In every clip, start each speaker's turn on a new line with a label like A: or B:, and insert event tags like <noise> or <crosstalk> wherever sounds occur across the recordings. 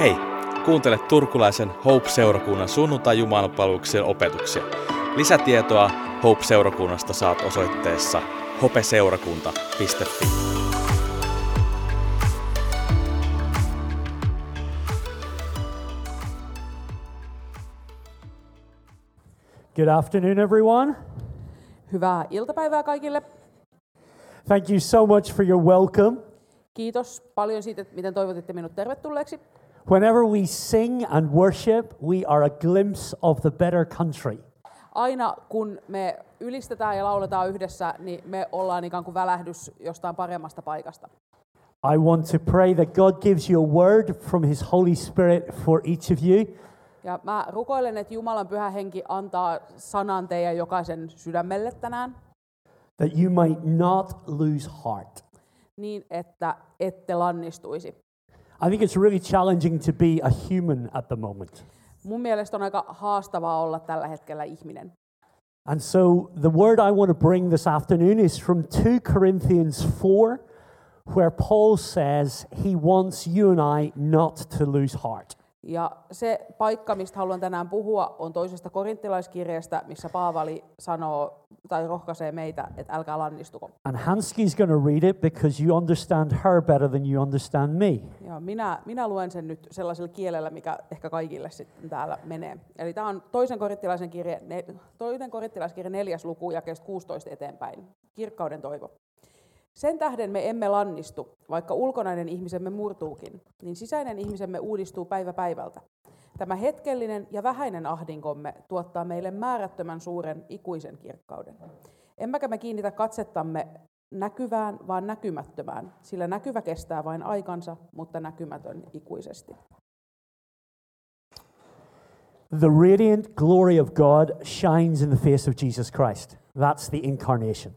A: Hei, kuuntele turkulaisen Hope-seurakunnan sunnuntai jumalanpalveluksen opetuksia. Lisätietoa Hope-seurakunnasta saat osoitteessa hopeseurakunta.fi.
B: Good afternoon, everyone.
C: Hyvää iltapäivää kaikille.
B: Thank you so much for your welcome.
C: Kiitos paljon siitä, että miten toivotitte minut tervetulleeksi.
B: Whenever we sing and worship, we are a glimpse of the better country.
C: Aina kun me ylistetään ja lauletaan yhdessä, niin me ollaan ikään kuin välähdys jostain paremmasta paikasta.
B: I want to pray that God gives you a word from His Holy Spirit for each of you,
C: Ja mä rukoilen, että Jumalan pyhä henki antaa sanan teidän jokaisen sydämelle tänään,
B: that you might not lose heart.
C: niin että ette lannistuisi.
B: I think it's really challenging to be a human at the moment.
C: Mun mielestä on aika haastavaa olla tällä hetkellä ihminen.
B: And so the word I want to bring this afternoon is from 2 Corinthians 4, where Paul says he wants you and I not to lose heart.
C: Ja se paikka, mistä haluan tänään puhua, on toisesta korinttilaiskirjasta, missä Paavali sanoo tai rohkaisee meitä, että älkää lannistuko.
B: And Hansky's going to read it because you understand her better than you understand me.
C: Ja minä, minä luen sen nyt sellaisella kielellä, mikä ehkä kaikille sitten täällä menee. Eli tämä on toisen korinttilaisen kirje, ne, toinen korinttilaiskirje neljäs luku jakeesta 16 eteenpäin. Kirkkauden toivo. Sen tähden me emme lannistu, vaikka ulkonainen ihmisemme murtuukin, niin sisäinen ihmisemme uudistuu päivä päivältä. Tämä hetkellinen ja vähäinen ahdinkomme tuottaa meille määrättömän suuren ikuisen kirkkauden. Emmekä me kiinnitä katsettamme näkyvään, vaan näkymättömään, sillä näkyvä kestää vain aikansa, mutta näkymätön ikuisesti.
B: The radiant glory of God shines in the face of Jesus Christ. That's the incarnation.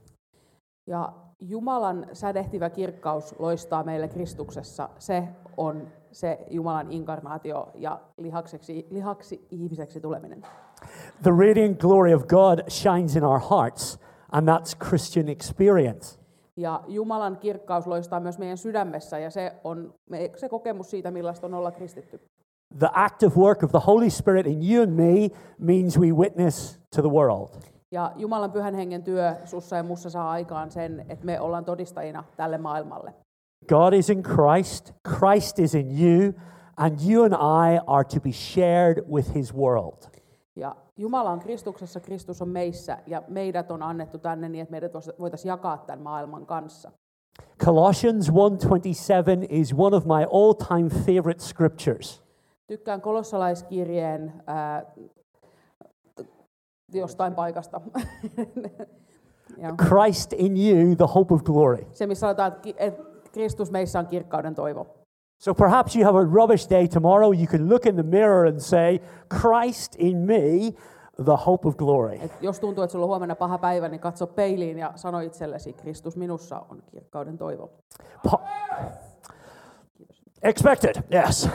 C: Ja Jumalan sädehtivä kirkkaus loistaa meille Kristuksessa. Se on se Jumalan inkarnaatio ja lihakseksi, lihaksi ihmiseksi tuleminen.
B: The radiant glory of God shines in our hearts, and that's Christian experience.
C: Ja Jumalan kirkkaus loistaa myös meidän sydämessä ja se on me- se kokemus siitä, millaista on olla kristitty.
B: The active work of the Holy Spirit in you and me means we witness to the world.
C: Ja Jumalan pyhän hengen työ sussa ja mussa saa aikaan sen, että me ollaan todistajina tälle maailmalle.
B: God is in Christ, Christ is in you, and you and I are to be shared with his world.
C: Ja Jumala on Kristuksessa, Kristus on meissä ja meidät on annettu tänne niin, että meidät voitaisiin jakaa tämän maailman kanssa.
B: Colossians 1:27 is one of my all-time favorite scriptures.
C: Tykkään kolossalaiskirjeen ää, t- jostain paikasta. <laughs> ja
B: Christ in you, the hope of glory.
C: se, missä sanotaan, että ki- että Kristus meissä on kirkkauden toivo.
B: So perhaps you have a rubbish day tomorrow, you can look in the mirror and say, Christ in me, the hope of glory.
C: Et jos tuntuu, että sulla on huomenna paha päivä, niin katso peiliin ja sano itsellesi, Kristus minussa on kirkkauden toivo.
B: Pa- Expected, yes.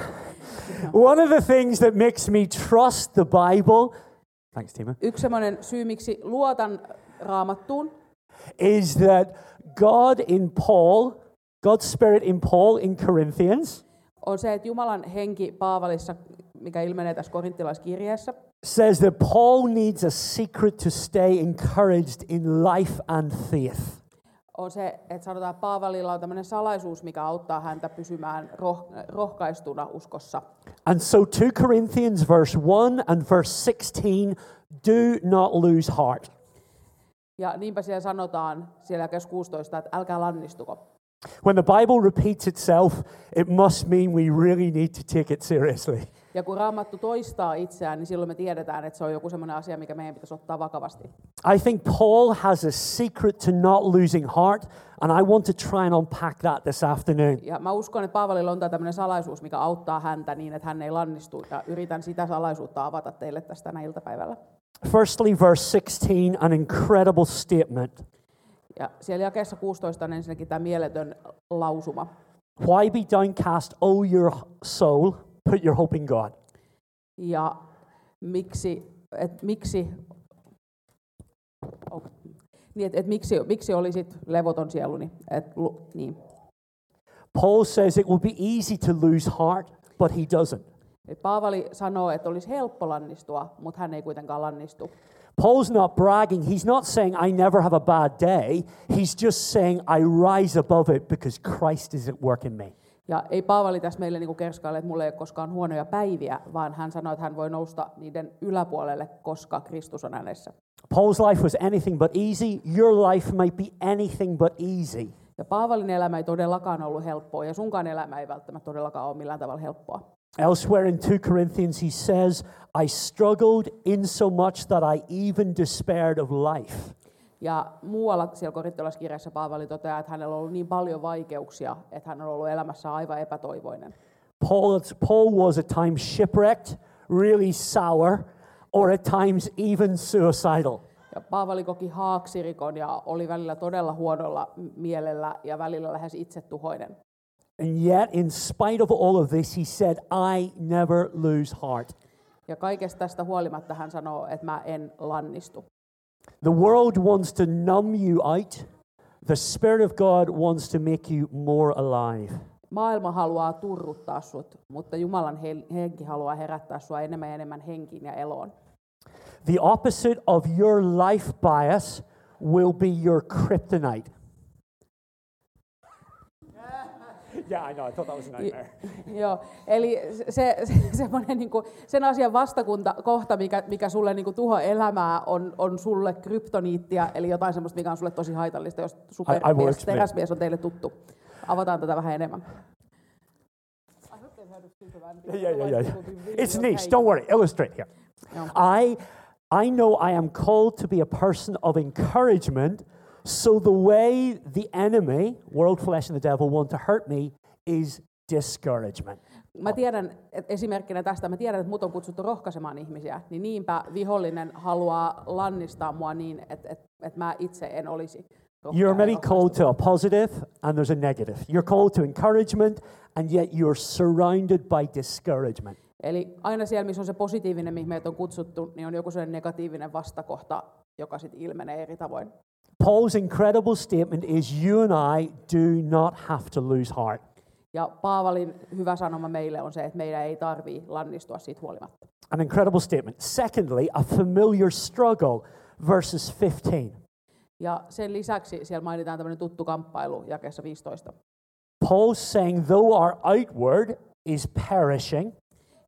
B: One of the things that makes me trust the Bible, thanks Tima,
C: Yksi semmoinen syy, miksi luotan raamattuun,
B: is that God in Paul, God's Spirit in Paul in Corinthians,
C: on se, että Jumalan henki Paavalissa, mikä ilmenee tässä korinttilaiskirjeessä,
B: says that Paul needs a secret to stay encouraged in life and faith.
C: on se, että sanotaan, että Paavalilla on tämmöinen salaisuus, mikä auttaa häntä pysymään roh- rohkaistuna uskossa.
B: And so 2 Corinthians verse 1 and verse 16 do not lose heart.
C: Ja niinpä siellä sanotaan siellä jakeessa 16, että älkää lannistuko.
B: When the Bible repeats itself, it must mean we really need to take it seriously.
C: Ja kun raamattu toistaa itseään, niin silloin me tiedetään, että se on joku semmoinen asia, mikä meidän pitäisi ottaa vakavasti.
B: I think Paul has a secret to not losing heart, and I want to try and unpack that this afternoon.
C: Ja mä uskon, että Paavalilla on tämmöinen salaisuus, mikä auttaa häntä niin, että hän ei lannistu. Ja yritän sitä salaisuutta avata teille tässä tänä iltapäivällä.
B: Firstly, verse 16, an incredible statement.
C: Ja siellä jakeessa 16 on ensinnäkin tämä mieletön lausuma.
B: Why be downcast, O your soul? Put your hope in God.
C: Ja miksi, et miksi, oh, niin et, et miksi, miksi olisit levoton sieluni? Et, lu- niin.
B: Paul says it will be easy to lose heart, but he doesn't.
C: Eli Paavali sanoo, että olisi helppo lannistua, mutta hän ei kuitenkaan lannistu.
B: Paul's not bragging. He's not saying, I never have a bad day. He's just saying, I rise above it because Christ is at work in me.
C: Ja ei Paavali tässä meille niin kerskaile, että mulla ei ole koskaan huonoja päiviä, vaan hän sanoi, että hän voi nousta niiden yläpuolelle, koska Kristus on hänessä.
B: Paul's life was anything but easy. Your life might be anything but easy.
C: Ja Paavalin elämä ei todellakaan ollut helppoa, ja sunkaan elämä ei välttämättä todellakaan ole millään tavalla helppoa.
B: Elsewhere in 2 Corinthians, he says, I struggled insomuch that I even despaired of life.
C: Ja muualla siellä korintolaiskirjassa Paavali toteaa, että hänellä on ollut niin paljon vaikeuksia, että hän on ollut elämässä aivan epätoivoinen.
B: Paul, Paul was at times shipwrecked, really sour, or at times even suicidal.
C: Ja Paavali koki haaksirikon ja oli välillä todella huonolla m- mielellä ja välillä lähes itsetuhoinen.
B: And yet, in spite of all of this, he said, I never lose heart.
C: Ja kaikesta tästä huolimatta hän sanoo, että mä en lannistu.
B: The world wants to numb you out, the Spirit of God wants to make you more alive.
C: Maailma haluaa turruttaa sut, mutta Jumalan hel- henki haluaa herättää sua enemmän ja enemmän henkiin ja eloon.
B: The opposite of your life bias will be your kryptonite. <laughs> Yeah, I know. I thought that was a
C: Y- Joo, eli se, se, semmoinen niinku, sen asian vastakunta kohta, mikä, mikä sulle niinku tuho elämää, on, on sulle kryptoniittia, eli jotain semmoista, mikä on sulle tosi haitallista, jos
B: I will
C: supermies,
B: explain.
C: teräsmies on teille tuttu. Avataan tätä vähän enemmän.
B: Yeah, yeah, yeah, yeah. It's niche. Don't worry. Illustrate here.
C: Joo.
B: I, I know I am called to be a person of encouragement. So the way the enemy, world, flesh, and the devil want to hurt me is discouragement.
C: Mä tiedän, että esimerkkinä tästä, mä tiedän, että mut on kutsuttu rohkaisemaan ihmisiä, niin niinpä vihollinen haluaa lannistaa mua niin, että et, et mä itse en olisi rohkea
B: You're
C: ja
B: already
C: rohkaistu.
B: called to a positive, and there's a negative. You're called to encouragement, and yet you're surrounded by discouragement.
C: Eli aina siellä, missä on se positiivinen, mihin meitä on kutsuttu, niin on joku sellainen negatiivinen vastakohta, joka sitten ilmenee eri tavoin.
B: Paul's incredible statement is You and I do not have to lose heart.
C: Ja Paavalin hyvä sanoma meille on se, että meidän ei tarvii lannistua siitä huolimatta.
B: An incredible statement. Secondly, a familiar struggle, verses 15.
C: Ja sen lisäksi siellä mainitaan tämmöinen tuttu kamppailu jakeessa 15.
B: Paul's saying, though our outward is perishing,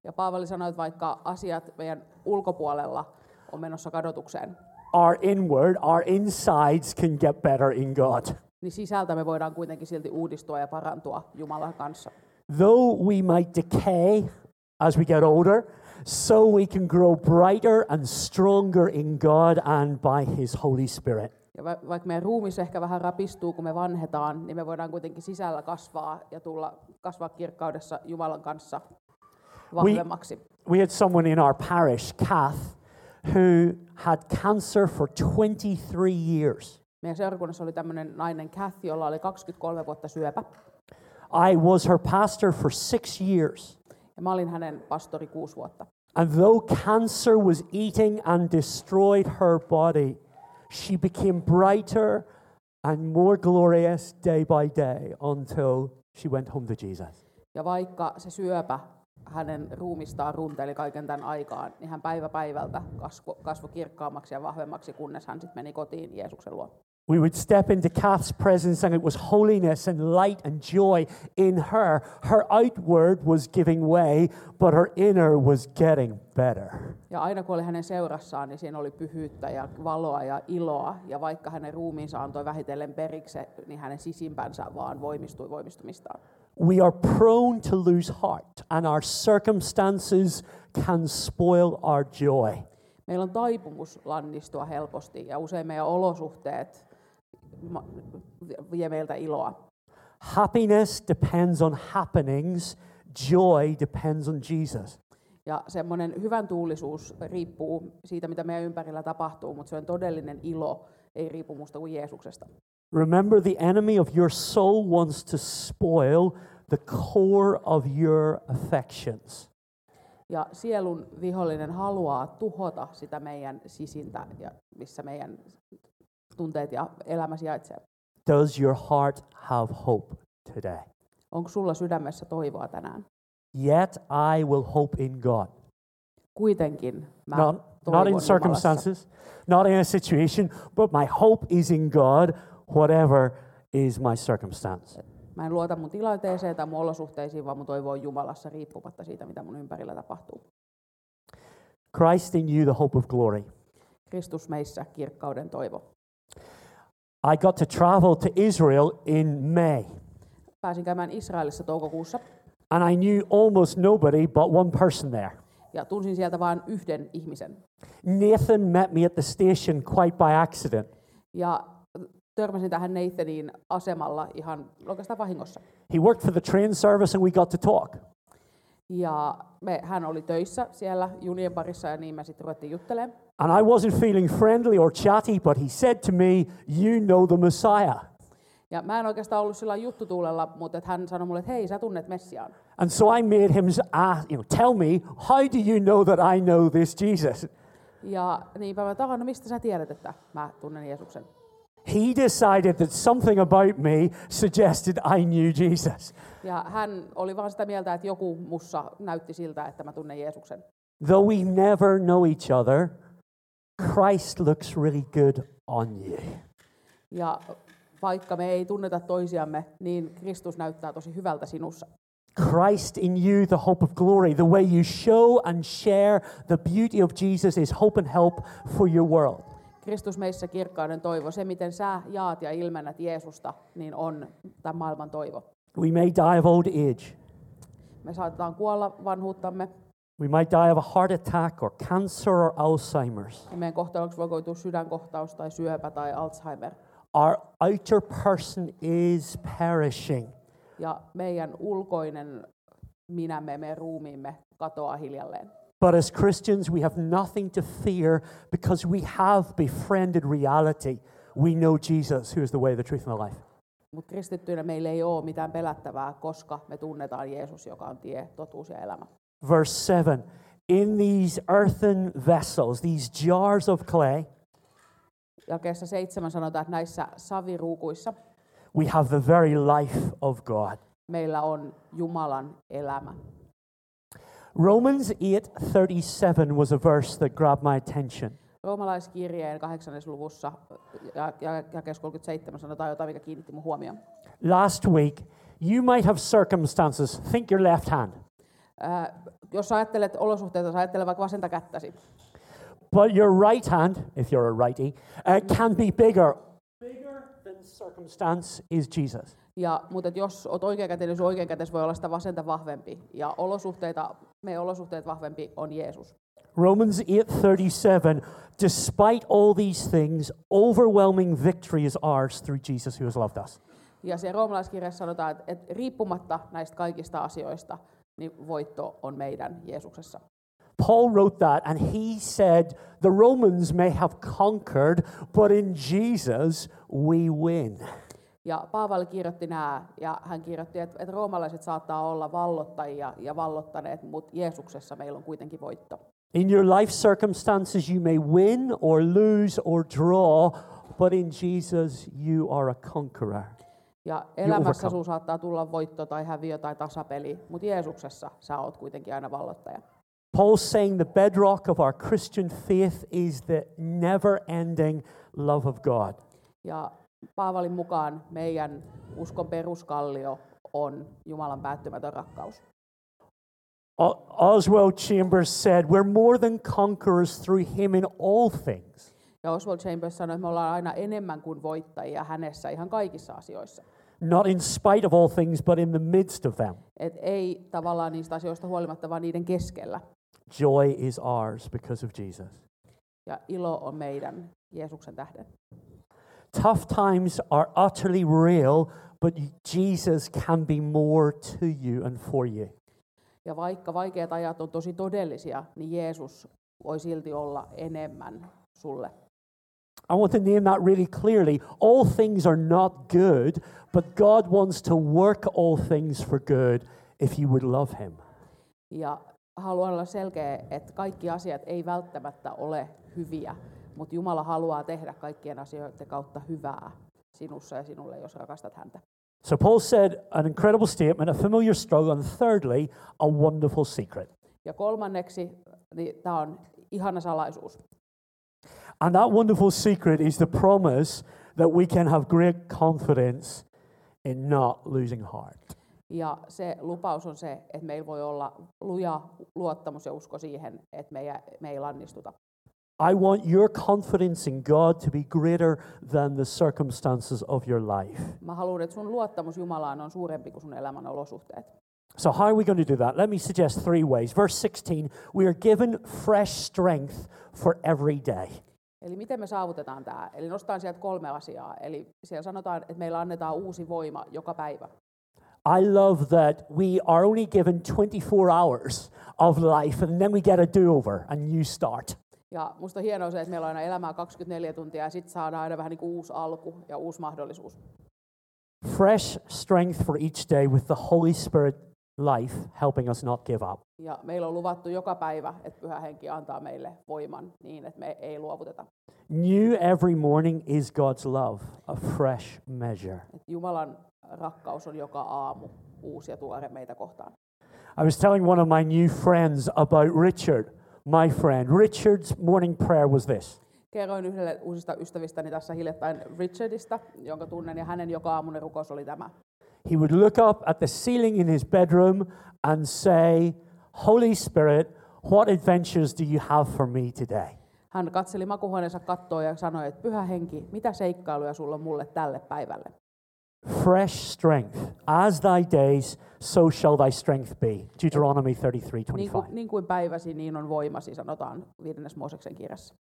C: Ja Paavali sanoi, että vaikka asiat meidän ulkopuolella on menossa kadotukseen,
B: our inward, our insides can get better in God.
C: niin sisältä me voidaan kuitenkin silti uudistua ja parantua Jumalan kanssa.
B: Though we might decay as we get older, so we can grow brighter and stronger in God and by His Holy Spirit.
C: Ja va- vaikka meidän ruumis ehkä vähän rapistuu, kun me vanhetaan, niin me voidaan kuitenkin sisällä kasvaa ja tulla kasvaa kirkkaudessa Jumalan kanssa vahvemmaksi.
B: We had someone in our parish, Kath, who had cancer for 23 years.
C: Meidän seurakunnassa oli tämmöinen nainen Kathy, jolla oli 23 vuotta syöpä.
B: I was her pastor for six years.
C: Ja mä olin hänen pastori kuusi vuotta.
B: And though cancer was eating and destroyed her body, she became brighter and more glorious day by day until she went home to Jesus.
C: Ja vaikka se syöpä hänen ruumistaan runteli kaiken tämän aikaan, niin hän päivä päivältä kasvo, kasvoi kirkkaammaksi ja vahvemmaksi, kunnes hän sitten meni kotiin Jeesuksen luo.
B: We would step into Kath's presence, and it was holiness and light and joy in her. Her outward was giving way, but her inner was getting better.
C: Ja aina kun oli hänen seurassaan, niin siinä oli pyhyyttä ja valoa ja iloa. Ja vaikka hänen ruumiinsa antoi vähitellen periksi, niin hänen sisimpänsä vaan voimistui voimistumistaan.
B: We are prone to lose heart, and our circumstances can spoil our joy.
C: Meillä on taipumus lannistua helposti ja usein meidän olosuhteet ma- vie meiltä iloa.
B: Happiness depends on happenings, joy depends on Jesus.
C: Ja semmoinen hyvän tuulisuus riippuu siitä, mitä meidän ympärillä tapahtuu, mutta se todellinen ilo ei riipu muusta kuin Jeesuksesta.
B: Remember, the enemy of your soul wants to spoil the core of your affections.
C: Ja sielun vihollinen haluaa tuhota sitä meidän sisintä, ja missä meidän tunteet ja elämä sijaitsee.
B: Does your heart have hope today?
C: Onko sulla sydämessä toivoa tänään?
B: Yet I will hope in God.
C: Kuitenkin mä
B: No, Not, not
C: toivon
B: in
C: Jumalassa.
B: circumstances, not in a situation, but my hope is in God, whatever is my circumstance.
C: Mä en luota mun tilanteeseen tai mun olosuhteisiin, vaan mun toivo on Jumalassa riippumatta siitä, mitä mun ympärillä tapahtuu.
B: Christ in you, the hope of glory.
C: Kristus meissä, kirkkauden toivo.
B: I got to travel to Israel in May,
C: Pääsin käymään Israelissa toukokuussa
B: and I knew almost nobody but one person there.
C: ja tunsin sieltä vain yhden ihmisen.
B: Nathan met me at the station quite by accident.
C: Ja törmäsin tähän Nathaniin asemalla ihan oikeastaan vahingossa.
B: He worked for the train service, and we got to talk.
C: Ja me, hän oli töissä siellä junien parissa ja niin me sitten ruvettiin juttelemaan.
B: And I wasn't feeling friendly or chatty, but he said to me, You know the Messiah.
C: Ja mä en oikeastaan ollut sillä juttutuulella, mutta et hän sanoi mulle, että hei, sä tunnet Messiaan.
B: And so I made him ask, you know, tell me, how do you know that I know this Jesus?
C: Ja niinpä mä tahan, no mistä sä tiedät, että mä tunnen Jeesuksen.
B: He decided that something about me suggested I knew Jesus.
C: Ja hän oli vaan sitä mieltä, että joku mussa näytti siltä, että mä tunnen Jeesuksen.
B: Though we never know each other, Christ looks really good on you.
C: Ja vaikka me ei tunneta toisiamme, niin Kristus näyttää tosi hyvältä sinussa.
B: Christ in you, the hope of glory, the way you show and share the beauty of Jesus is hope and help for your world.
C: Kristus meissä kirkkauden toivo. Se, miten sä jaat ja ilmennät Jeesusta, niin on tämän maailman toivo.
B: We may die of old age.
C: Me saatetaan kuolla vanhuuttamme
B: We might die of a heart attack or cancer or Alzheimer's.
C: ja meidän kohtaloksi voi koitua sydänkohtaus tai syöpä tai Alzheimer.
B: Our outer person is perishing.
C: Ja meidän ulkoinen minämme, meidän ruumiimme katoaa hiljalleen.
B: But as Christians, we have nothing to fear because we have befriended reality. We know Jesus, who is the way, the truth, and the life.
C: Mutta kristittyinä meillä ei ole mitään pelättävää, koska me tunnetaan Jeesus, joka on tie, totuus ja elämä.
B: Verse 7 In these earthen vessels, these jars of clay,
C: Jakeessa seitsemän sanotaan, että näissä saviruukuissa
B: we have the very life of God.
C: meillä on Jumalan elämä.
B: Romans 8:37 was a verse that grabbed my attention.
C: Roomalaiskirjeen kahdeksannes luvussa ja, ja, jakeessa 37 sanotaan jotain, mikä kiinnitti mun huomioon.
B: Last week, you might have circumstances. Think your left hand.
C: Ää, jos sä ajattelet olosuhteita, sä ajattelet vaikka vasenta kättäsi,
B: But your right hand, if you're a righty, uh, can be bigger. Bigger than circumstance is Jesus.
C: Ja, mutta et jos olet oikeakätinen, sun oikeakätes voi olla sitä vasenta vahvempi. Ja olosuhteita, meidän olosuhteet vahvempi on Jeesus.
B: Romans 8:37 Despite all these things overwhelming victory is ours through Jesus who has loved us.
C: Ja se roomalaiskirjassa sanotaan, että, että riippumatta näistä kaikista asioista, niin voitto on meidän Jeesuksessa.
B: Paul wrote that and he said the Romans may have conquered but in Jesus we win.
C: Ja Paavali kirjoitti nämä, ja hän kirjoitti, että, että roomalaiset saattaa olla vallottajia ja vallottaneet, mutta Jeesuksessa meillä on kuitenkin voitto.
B: In your life circumstances you may win or lose or draw but in Jesus you are a conqueror.
C: Ja elämässä
B: overcome.
C: sun saattaa tulla voitto tai häviö tai tasapeli, mutta Jeesuksessa sä oot kuitenkin aina vallottaja.
B: Paul's saying the bedrock of our Christian faith is the never ending love of God.
C: Ja Paavalin mukaan meidän uskon peruskallio on Jumalan päättymätön rakkaus.
B: O- Oswald Chambers said, We're more than conquerors through him in all things.
C: Ja Oswald Chambers sanoi, että me ollaan aina enemmän kuin voittajia hänessä ihan kaikissa asioissa.
B: Not in spite of all things, but in the midst of them.
C: Et ei tavallaan niistä asioista huolimatta, vaan niiden keskellä.
B: Joy is ours because of Jesus.
C: Ja ilo on meidän Jeesuksen tähden.
B: Tough times are utterly real, but y- Jesus can be more to you and for you.
C: Ja vaikka vaikeat ajat on tosi todellisia, niin Jeesus voi silti olla enemmän sulle.
B: I want to name that really clearly. All things are not good, but God wants to work all things for good if you would love Him.
C: Ja haluan olla selkeä, että kaikki asiat ei välttämättä ole hyviä, mutta Jumala haluaa tehdä kaikkien asioiden kautta hyvää sinussa ja sinulle, jos rakastat häntä.
B: So Paul said an incredible statement, a familiar struggle, and thirdly, a wonderful secret.
C: Ja kolmanneksi, niin tämä on ihana salaisuus.
B: And that wonderful secret is the promise that we can have great confidence in not losing heart.
C: Ja se lupaus on se, että meillä voi olla luja luottamus ja usko siihen, että me ei, me ei lannistuta.
B: I want your confidence in God to be greater than the circumstances of your life.
C: Mä haluan, että sun luottamus Jumalaan on suurempi kuin sun elämän olosuhteet.
B: So, how are we going to do that? Let me suggest three ways. Verse 16, we are given fresh strength for every day.
C: Eli miten me saavutetaan tämä? Eli nostan sieltä kolme asiaa. Eli siellä sanotaan, että meillä annetaan uusi voima joka päivä.
B: I love that we are only given 24 hours of life and then we get a do over, a new start.
C: Ja musta on hienoa se, että meillä on aina elämää 24 tuntia ja sitten saadaan aina vähän niin kuin uusi alku ja uusi mahdollisuus.
B: Fresh strength for each day with the Holy Spirit life helping us not give up.
C: Ja meillä on luvattu joka päivä, että Pyhä Henki antaa meille voiman niin, että me ei luovuteta.
B: New every morning is God's love, a fresh measure.
C: Et Jumalan rakkaus on joka aamu uusi ja tuore meitä kohtaan.
B: I was telling one of my new friends about Richard, my friend. Richard's morning prayer was this
C: Kerroin yhdelle uusista ystävistäni tässä hiljattain Richardista, jonka tunnen, ja hänen joka aamunen rukous oli tämä.
B: He would look up at the ceiling in his bedroom and say, Holy Spirit, what adventures do you have for me today?
C: Hän katseli makuhuoneensa kattoa ja sanoi, että pyhä henki, mitä seikkailuja sulla on mulle tälle päivälle?
B: Fresh strength. As thy days, so shall thy strength be. Deuteronomy thirty-three twenty-five.
C: Niin kuin, niin kuin päiväsi, niin on voimasi, sanotaan viidennes Mooseksen kirjassa.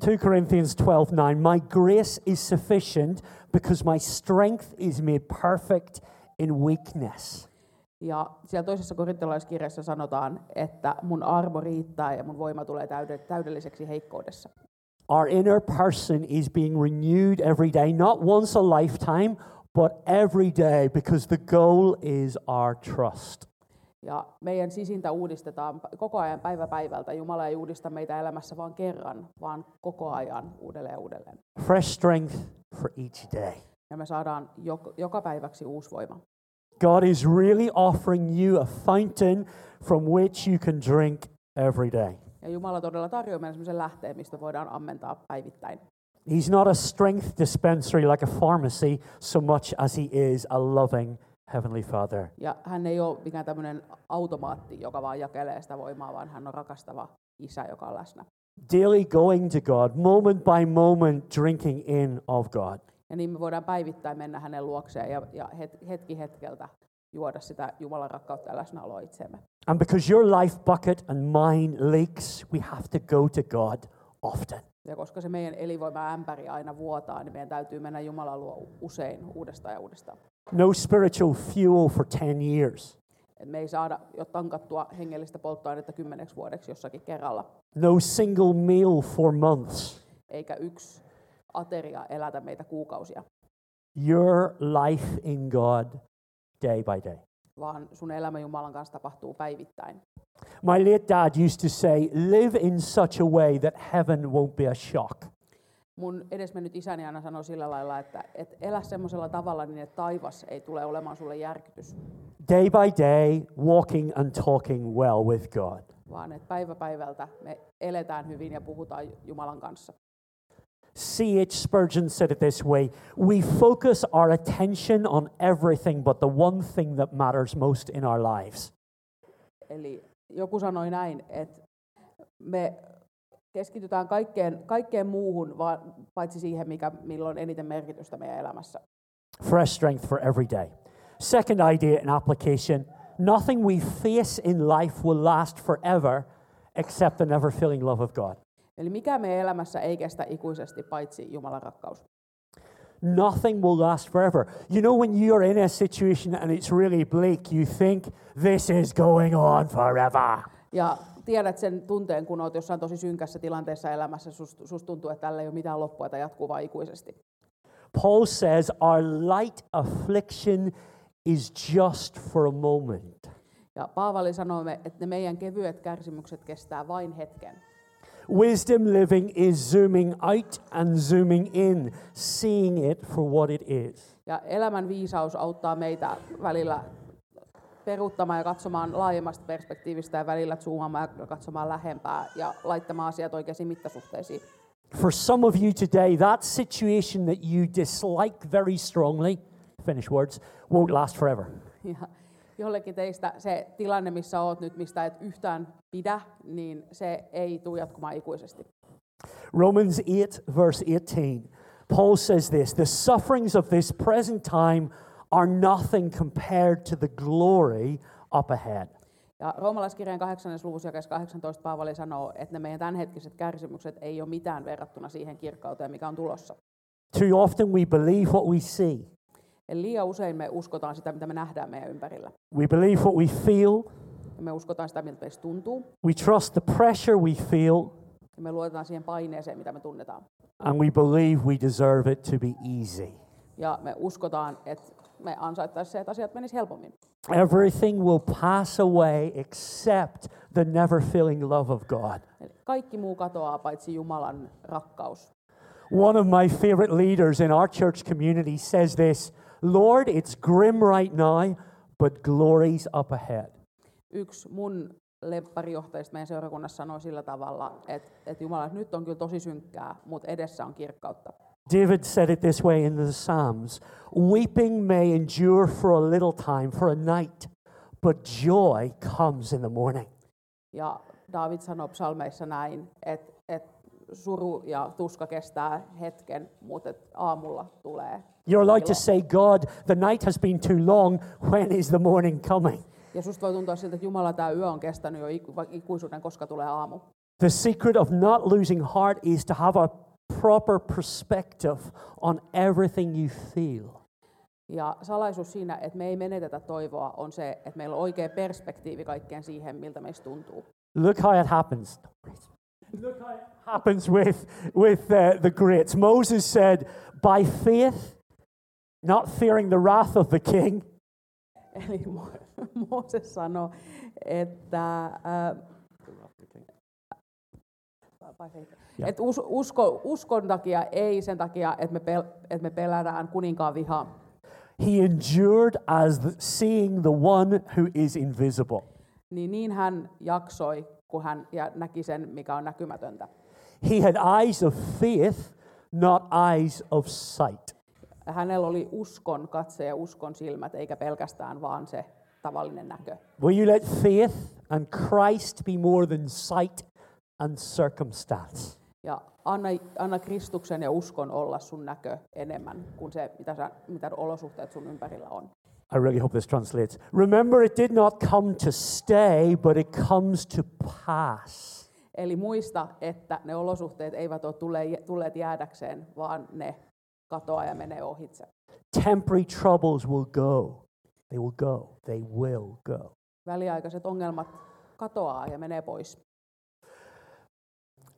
B: 2 Corinthians twelve nine. My grace is sufficient because my strength is made perfect in weakness.
C: Ja siellä toisessa korintolaiskirjassa sanotaan, että mun armo riittää ja mun voima tulee täyde- täydelliseksi heikkoudessa.
B: Our inner person is being renewed every day, not once a lifetime, but every day, because the goal is our trust.
C: Ja meidän sisintä uudistetaan p- koko ajan päivä päivältä. Jumala ei uudista meitä elämässä vain kerran, vaan koko ajan uudelleen ja uudelleen.
B: Fresh strength for each day.
C: Ja me saadaan jok- joka päiväksi uusi voima.
B: God is really offering you a fountain from which you can drink every day.
C: Ja Jumala todella tarjoaa meille sellaisen lähteen, mistä voidaan ammentaa päivittäin.
B: He's not a strength dispensary like a pharmacy so much as he is a loving Heavenly Father.
C: Ja hän ei ole mikään tämmöinen automaatti, joka vaan jakelee sitä voimaa, vaan hän on rakastava isä, joka on läsnä.
B: Daily going to God, moment by moment, drinking in of God.
C: Ja niin me voidaan päivittäin mennä hänen luokseen ja, ja het- hetki hetkeltä juoda sitä Jumalan rakkautta ja läsnäoloa itseemme.
B: And because your life bucket and mine leaks, we have to go to God often.
C: Ja koska se meidän elinvoima ämpäri aina vuotaa, niin meidän täytyy mennä Jumalan luo u- usein uudestaan ja uudestaan.
B: No spiritual fuel for 10 years,
C: Et me ei saada jo tankattua hengellistä polttoainetta kymmeneksi vuodeksi jossakin kerralla,
B: no single meal for months.
C: eikä yksi ateria elätä meitä kuukausia,
B: Your life in God day by day.
C: vaan sun elämä Jumalan kanssa tapahtuu päivittäin.
B: My late dad used to say, live in such a way that heaven won't be a shock.
C: Mun edesmennyt isäni aina sanoi sillä lailla, että et elä semmoisella tavalla niin, että taivas ei tule olemaan sulle järkytys,
B: Day by day, walking and talking well with God.
C: vaan että päivä päivältä me eletään hyvin ja puhutaan Jumalan kanssa.
B: C.H. Spurgeon said it this way We focus our attention on everything but the one thing that matters most in our lives.
C: Eli joku sanoi näin, että me keskitytään kaikkeen, kaikkeen muuhun, vaan paitsi siihen, mikä, millä on eniten merkitystä meidän elämässä.
B: Fresh strength for every day. Second idea and application nothing we face in life will last forever except the never failing love of God.
C: Eli mikä meidän elämässä ei kestä ikuisesti, paitsi Jumalan rakkaus.
B: Nothing will last forever. You know, when you're in a situation and it's really bleak, you think this is going on forever.
C: Ja tiedät sen tunteen, kun olet jossain tosi synkässä tilanteessa elämässä, susta sus tuntuu, että tällä ei ole mitään loppua tai jatkuu vaan ikuisesti.
B: Paul says our light affliction is just for a moment.
C: Ja Paavali sanoi, me- että ne meidän kevyet kärsimykset kestää vain hetken.
B: Wisdom living is zooming out and zooming in, seeing it for what it is.
C: Ja elämän viisaus auttaa meitä välillä peruuttamaan ja katsomaan laajemmasta perspektiivistä ja välillä zoomaamaan ja katsomaan lähempää ja laittamaan asiat oikeisiin mittasuhteisiin.
B: For some of you today, that situation that you dislike very strongly, Finnish words, won't last forever.
C: Ja jollekin teistä se tilanne, missä oot nyt, mistä et yhtään pidä, niin se ei tule jatkumaan ikuisesti.
B: Romans 8, verse 18. Paul says this The sufferings of this present time are nothing compared to the glory up ahead.
C: Ja roomalaiskirjeen 8. luvussa jakeessa 18 Paavali sanoo, että ne meidän tämänhetkiset kärsimykset ei ole mitään verrattuna siihen kirkkauteen, mikä on tulossa.
B: Too often we believe what we see,
C: Eli liian usein me uskotaan sitä, mitä me nähdään meidän ympärillä.
B: we believe what we feel,
C: Ja me uskotaan sitä, miltä meistä tuntuu,
B: we trust the pressure we feel,
C: ja me luotetaan siihen paineeseen, mitä me tunnetaan.
B: and we believe we deserve it to be easy.
C: Ja me uskotaan, että me ansaittaisiin se, että asiat menisivät helpommin.
B: Everything will pass away except the never failing love of God.
C: Eli kaikki muu katoaa paitsi Jumalan rakkaus.
B: One of my favorite leaders in our church community says this Lord, it's grim right now, but glory's up ahead.
C: Yksi mun lempparijohtajista meidän seurakunnassa sanoi sillä tavalla, että, että Jumala, nyt on kyllä tosi synkkää, mutta edessä on kirkkautta.
B: David said it this way in the Psalms Weeping may endure for a little time, for a night, but joy comes in the morning.
C: Ja David sanoo psalmeissa näin, että, että suru ja tuska kestää hetken, mutta että aamulla tulee.
B: You're allowed to
C: ilo.
B: say, God, the night has been too long. When is the morning coming?
C: Ja susta voi tuntua siltä, että Jumala tämä yö on kestänyt jo iku- vaikka ikuisuuden, koska tulee aamu.
B: The secret of not losing heart is to have a proper perspective on everything you feel.
C: Ja salaisuus siinä, että me ei menetetä toivoa, on se, että meillä on oikea perspektiivi kaikkeen siihen, miltä meistä tuntuu.
B: Look how it happens. Look how it happens with, with uh, the greats. Moses said, By faith, not fearing the wrath of the king,
C: <laughs> Eli Mo- Mooses sanoi, että, äh, ää,
B: Joo.
C: että us, usko, uskon takia ei sen takia, että me, pel, että me pelätään kuninkaan vihaa.
B: he endured as the, seeing the one who is invisible.
C: Niin, niin hän jaksoi, kun hän ja näki sen, mikä on näkymätöntä.
B: He had eyes of faith, not eyes of sight.
C: Hänellä oli uskon katse ja uskon silmät, eikä pelkästään vaan se tavallinen näkö.
B: Will you let faith and Christ be more than sight and circumstance?
C: Ja anna, anna Kristuksen ja uskon olla sun näkö enemmän kuin se, mitä, sä, mitä olosuhteet sun ympärillä on.
B: I really hope this translates. Remember, it did not come to stay, but it comes to pass.
C: Eli muista, että ne olosuhteet eivät ole tule- tulleet jäädäkseen, vaan ne katoaa ja menee ohitse.
B: Temporary troubles will go. They will go. They will go.
C: Väliaikaiset ongelmat katoaa ja menee pois.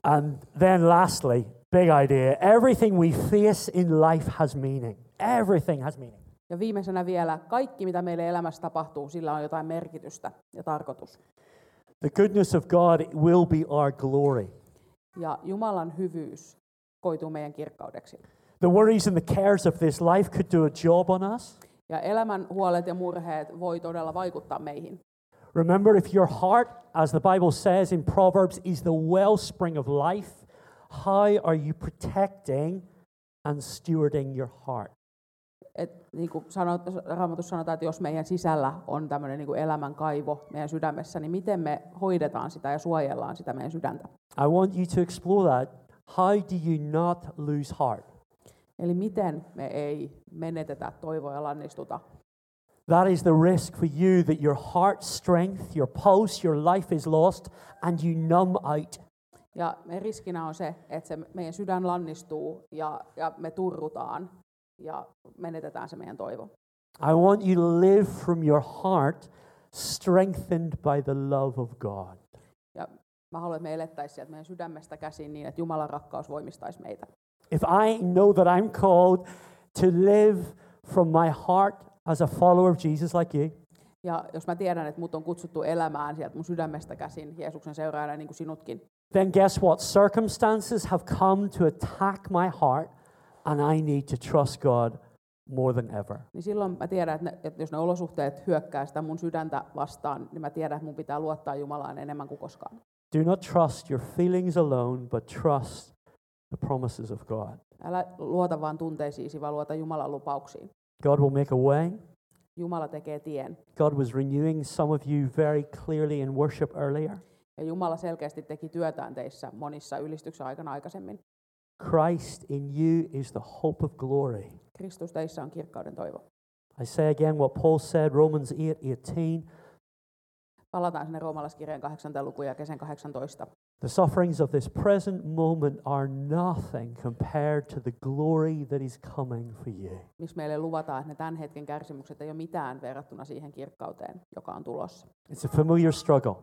B: And then, lastly, big idea everything we face in life has meaning. Everything has meaning.
C: Ja viimeisenä vielä, kaikki mitä meille elämässä tapahtuu, sillä on jotain merkitystä ja tarkoitus.
B: The goodness of God will be our glory.
C: Ja Jumalan hyvyys koituu meidän kirkkaudeksi.
B: The worries and the cares of this life could do a job on us.
C: Ja elämän huolet ja murheet voi todella vaikuttaa meihin.
B: Remember, if your heart, as the Bible says in Proverbs, is the wellspring of life, how are you protecting and stewarding your heart?
C: Et, niin kuin sanot, Raamatussa sanotaan, että jos meidän sisällä on tämmöinen niin elämän kaivo meidän sydämessä, niin miten me hoidetaan sitä ja suojellaan sitä meidän sydäntä.
B: I want you to explore that. How do you not lose heart?
C: Eli miten me ei menetetä toivoa ja lannistuta.
B: That is the risk for you that your heart strength, your pulse, your life is lost and you numb out.
C: Ja me riskinä on se, että se meidän sydän lannistuu ja, ja me turrutaan ja menetetään se meidän toivo.
B: I want you to live from your heart, strengthened by the love of God.
C: Ja mä haluan, että me elettäisiin sieltä meidän sydämestä käsin niin, että Jumalan rakkaus voimistaisi meitä.
B: If I know that I'm called to live from my heart as a follower of Jesus like you,
C: Ja jos mä tiedän, että mut on kutsuttu elämään sieltä mun sydämestä käsin Jeesuksen seuraajana niin kuin sinutkin,
B: Then guess what? Circumstances have come to attack my heart, and I need to trust God more than ever.
C: Niin silloin mä tiedän, että, ne, että jos ne olosuhteet hyökkää sitä mun sydäntä vastaan, niin mä tiedän, että mun pitää luottaa Jumalaan enemmän kuin koskaan.
B: Do not trust your feelings alone, but trust the promises of God.
C: Älä luota vaan tunteisiisi, vaan luota Jumalan lupauksiin.
B: God will make a way.
C: Jumala tekee tien.
B: God was renewing some of you very clearly in worship earlier.
C: Ja Jumala selkeästi teki työtään teissä monissa ylistyksen aikana aikaisemmin.
B: Christ in you is the hope of glory.
C: Kristus teissä on kirkkauden toivo.
B: I say again what Paul said, Romans 8 18.
C: Palataan sinne roomalaiskirjan 8. lukuun ja kesän 18.
B: The sufferings of this present moment are nothing compared to the glory that is coming for you.
C: missä meille luvataan, että ne tämän hetken kärsimykset ei ole mitään verrattuna siihen kirkkauteen, joka on tulossa.
B: It's a familiar struggle.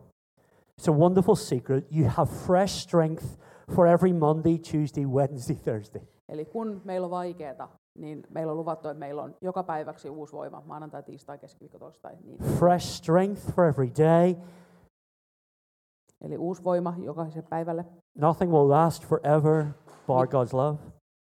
B: It's a wonderful secret. You have fresh strength for every Monday, Tuesday, Wednesday, Thursday.
C: Eli kun meillä on vaikeaa, niin meillä on luvattu, että meillä on joka päiväksi uusi voima, maanantai, tiistai, keskiviikko, torstai. Niin.
B: Fresh strength for every day.
C: Eli uusi voima jokaisen päivälle.
B: Nothing will last forever bar God's love.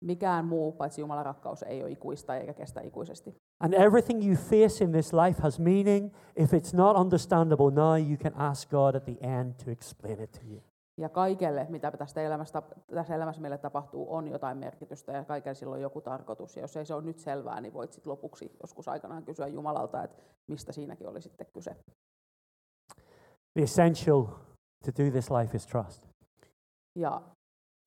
C: Mikään muu, paitsi Jumalan rakkaus, ei ole ikuista eikä kestä ikuisesti.
B: And everything you face in this life has meaning. If it's not understandable now, you can ask God at the end to explain it to you.
C: Ja kaikelle, mitä tästä elämästä, tässä elämässä meille tapahtuu, on jotain merkitystä ja kaikella sillä on joku tarkoitus. Ja jos ei se ole nyt selvää, niin voit sitten lopuksi joskus aikanaan kysyä Jumalalta, että mistä siinäkin oli sitten kyse.
B: The essential to do this life is trust.
C: Ja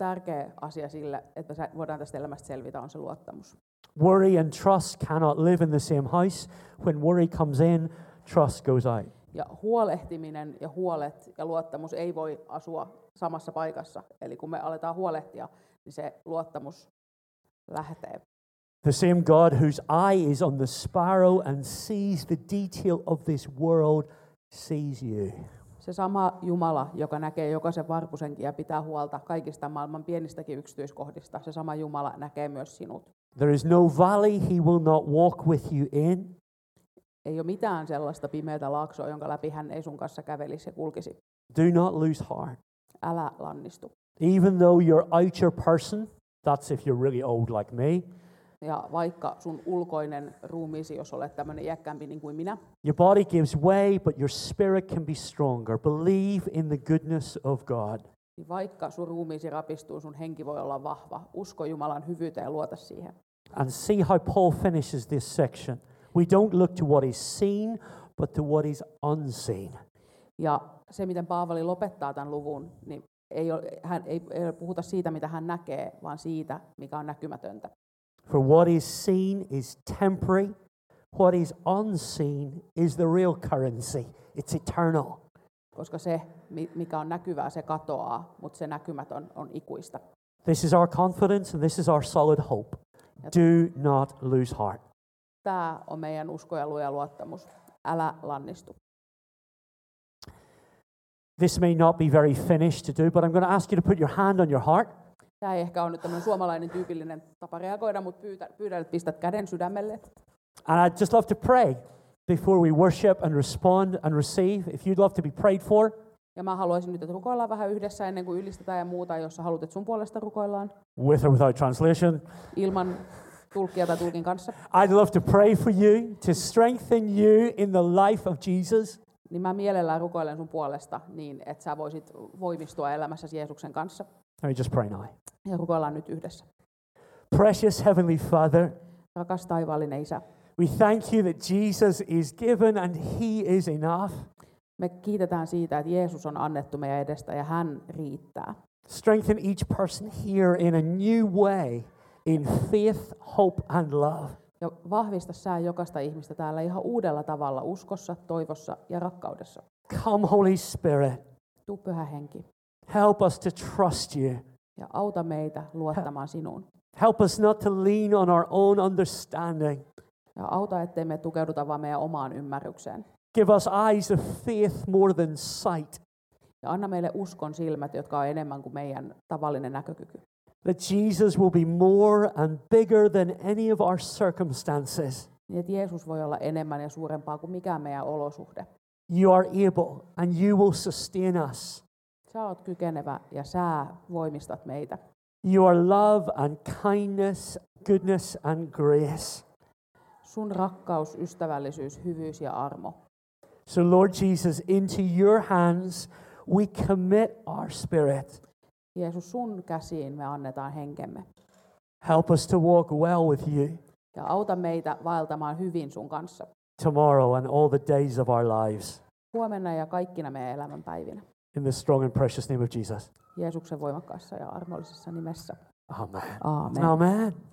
C: tärkeä asia sille, että sä- voidaan tästä elämästä selvitä, on se luottamus.
B: Worry and trust cannot live in the same house. When worry comes in, trust goes out.
C: Ja huolehtiminen ja huolet ja luottamus ei voi asua samassa paikassa. Eli kun me aletaan huolehtia, niin se luottamus lähtee.
B: The same God whose eye is on the sparrow and sees the detail of this world sees you.
C: Se sama Jumala, joka näkee jokaisen varpusenkin ja pitää huolta kaikista maailman pienistäkin yksityiskohdista, se sama Jumala näkee myös sinut.
B: There is no valley he will not walk with you in.
C: Ei ole mitään sellaista pimeää laaksoa, jonka läpi hän ei sun kanssa kävelisi ja kulkisi.
B: Do not lose heart.
C: Älä lannistu.
B: Even though you're outer person, that's if you're really old like me,
C: Ja vaikka sun ulkoinen ruumiisi, jos olet tämmöinen iäkkäämpi niin kuin minä,
B: your body gives way, but your spirit can be stronger. Believe in the goodness of God.
C: niin vaikka sun ruumiisi rapistuu, sun henki voi olla vahva. Usko Jumalan hyvyyteen ja luota siihen.
B: And see how Paul finishes this section. We don't look to what is seen, but to what is unseen.
C: Ja se, miten Paavali lopettaa tämän luvun, niin ei, ole, hän, ei, ei puhuta siitä, mitä hän näkee, vaan siitä, mikä on näkymätöntä.
B: For what is seen is temporary, what is unseen is the real currency, it's eternal.
C: Koska se, mi- mikä on näkyvää, se katoaa, mutta se näkymätön on ikuista.
B: This is our confidence and this is our solid hope. Do not lose heart.
C: Tämä on meidän usko ja luja luottamus. Älä lannistu.
B: This may not be very finished to do, but I'm going to ask you to put your hand on your heart.
C: Tämä ei ehkä ole nyt tämmöinen suomalainen tyypillinen tapa reagoida, mutta pyytä, pyydän, että pistät käden sydämelle.
B: And I'd just love to pray before we worship and respond and receive. If you'd love to be prayed for,
C: Ja mä haluaisin nyt, että rukoillaan vähän yhdessä ennen kuin ylistetään ja muuta, jos sä haluat, että sun puolesta rukoillaan
B: with or without translation,
C: ilman tulkkia tai tulkin kanssa.
B: I'd love to pray for you to strengthen you in the life of Jesus.
C: Niin mä mielellään rukoilen sun puolesta niin, että sä voisit voimistua elämässäsi Jeesuksen kanssa.
B: Let me just pray now.
C: Ja rukoillaan nyt yhdessä.
B: Precious Heavenly Father,
C: Rakas taivaallinen Isä,
B: We thank you that Jesus is given and he is enough.
C: me kiitetään siitä, että Jeesus on annettu meidän edestä ja hän riittää.
B: Strengthen each person here in a new way in faith, hope, and love.
C: Ja vahvista sää jokaista ihmistä täällä ihan uudella tavalla uskossa, toivossa ja rakkaudessa.
B: Come, Holy Spirit,
C: Tuu pyhä henki
B: help us to trust you.
C: ja auta meitä luottamaan sinuun.
B: Help us not to lean on our own understanding.
C: Ja auta, ettei me tukeuduta vaan meidän omaan ymmärrykseen.
B: Give us eyes of faith more than sight,
C: Ja anna meille uskon silmät, jotka on enemmän kuin meidän tavallinen näkökyky.
B: that Jesus will be more and bigger than any of our circumstances.
C: Niin, että Jeesus voi olla enemmän ja suurempaa kuin mikään meidän olosuhde.
B: You are able and you will sustain us.
C: Sä oot kykenevä ja sä voimistat meitä.
B: Your love and kindness, goodness and grace.
C: Sun rakkaus, ystävällisyys, hyvyys ja armo.
B: So, Lord Jesus, into your hands we commit our spirit.
C: Jeesus, sun käsiin me annetaan henkemme.
B: Help us to walk well with you
C: Ja auta meitä vaeltamaan hyvin sun kanssa.
B: tomorrow and all the days of our lives.
C: Huomenna ja kaikkina meidän elämänpäivinä.
B: In the strong and precious name of Jesus.
C: Jeesuksen voimakkaassa ja armollisessa nimessä.
B: Amen.
C: Aamen.
B: Amen.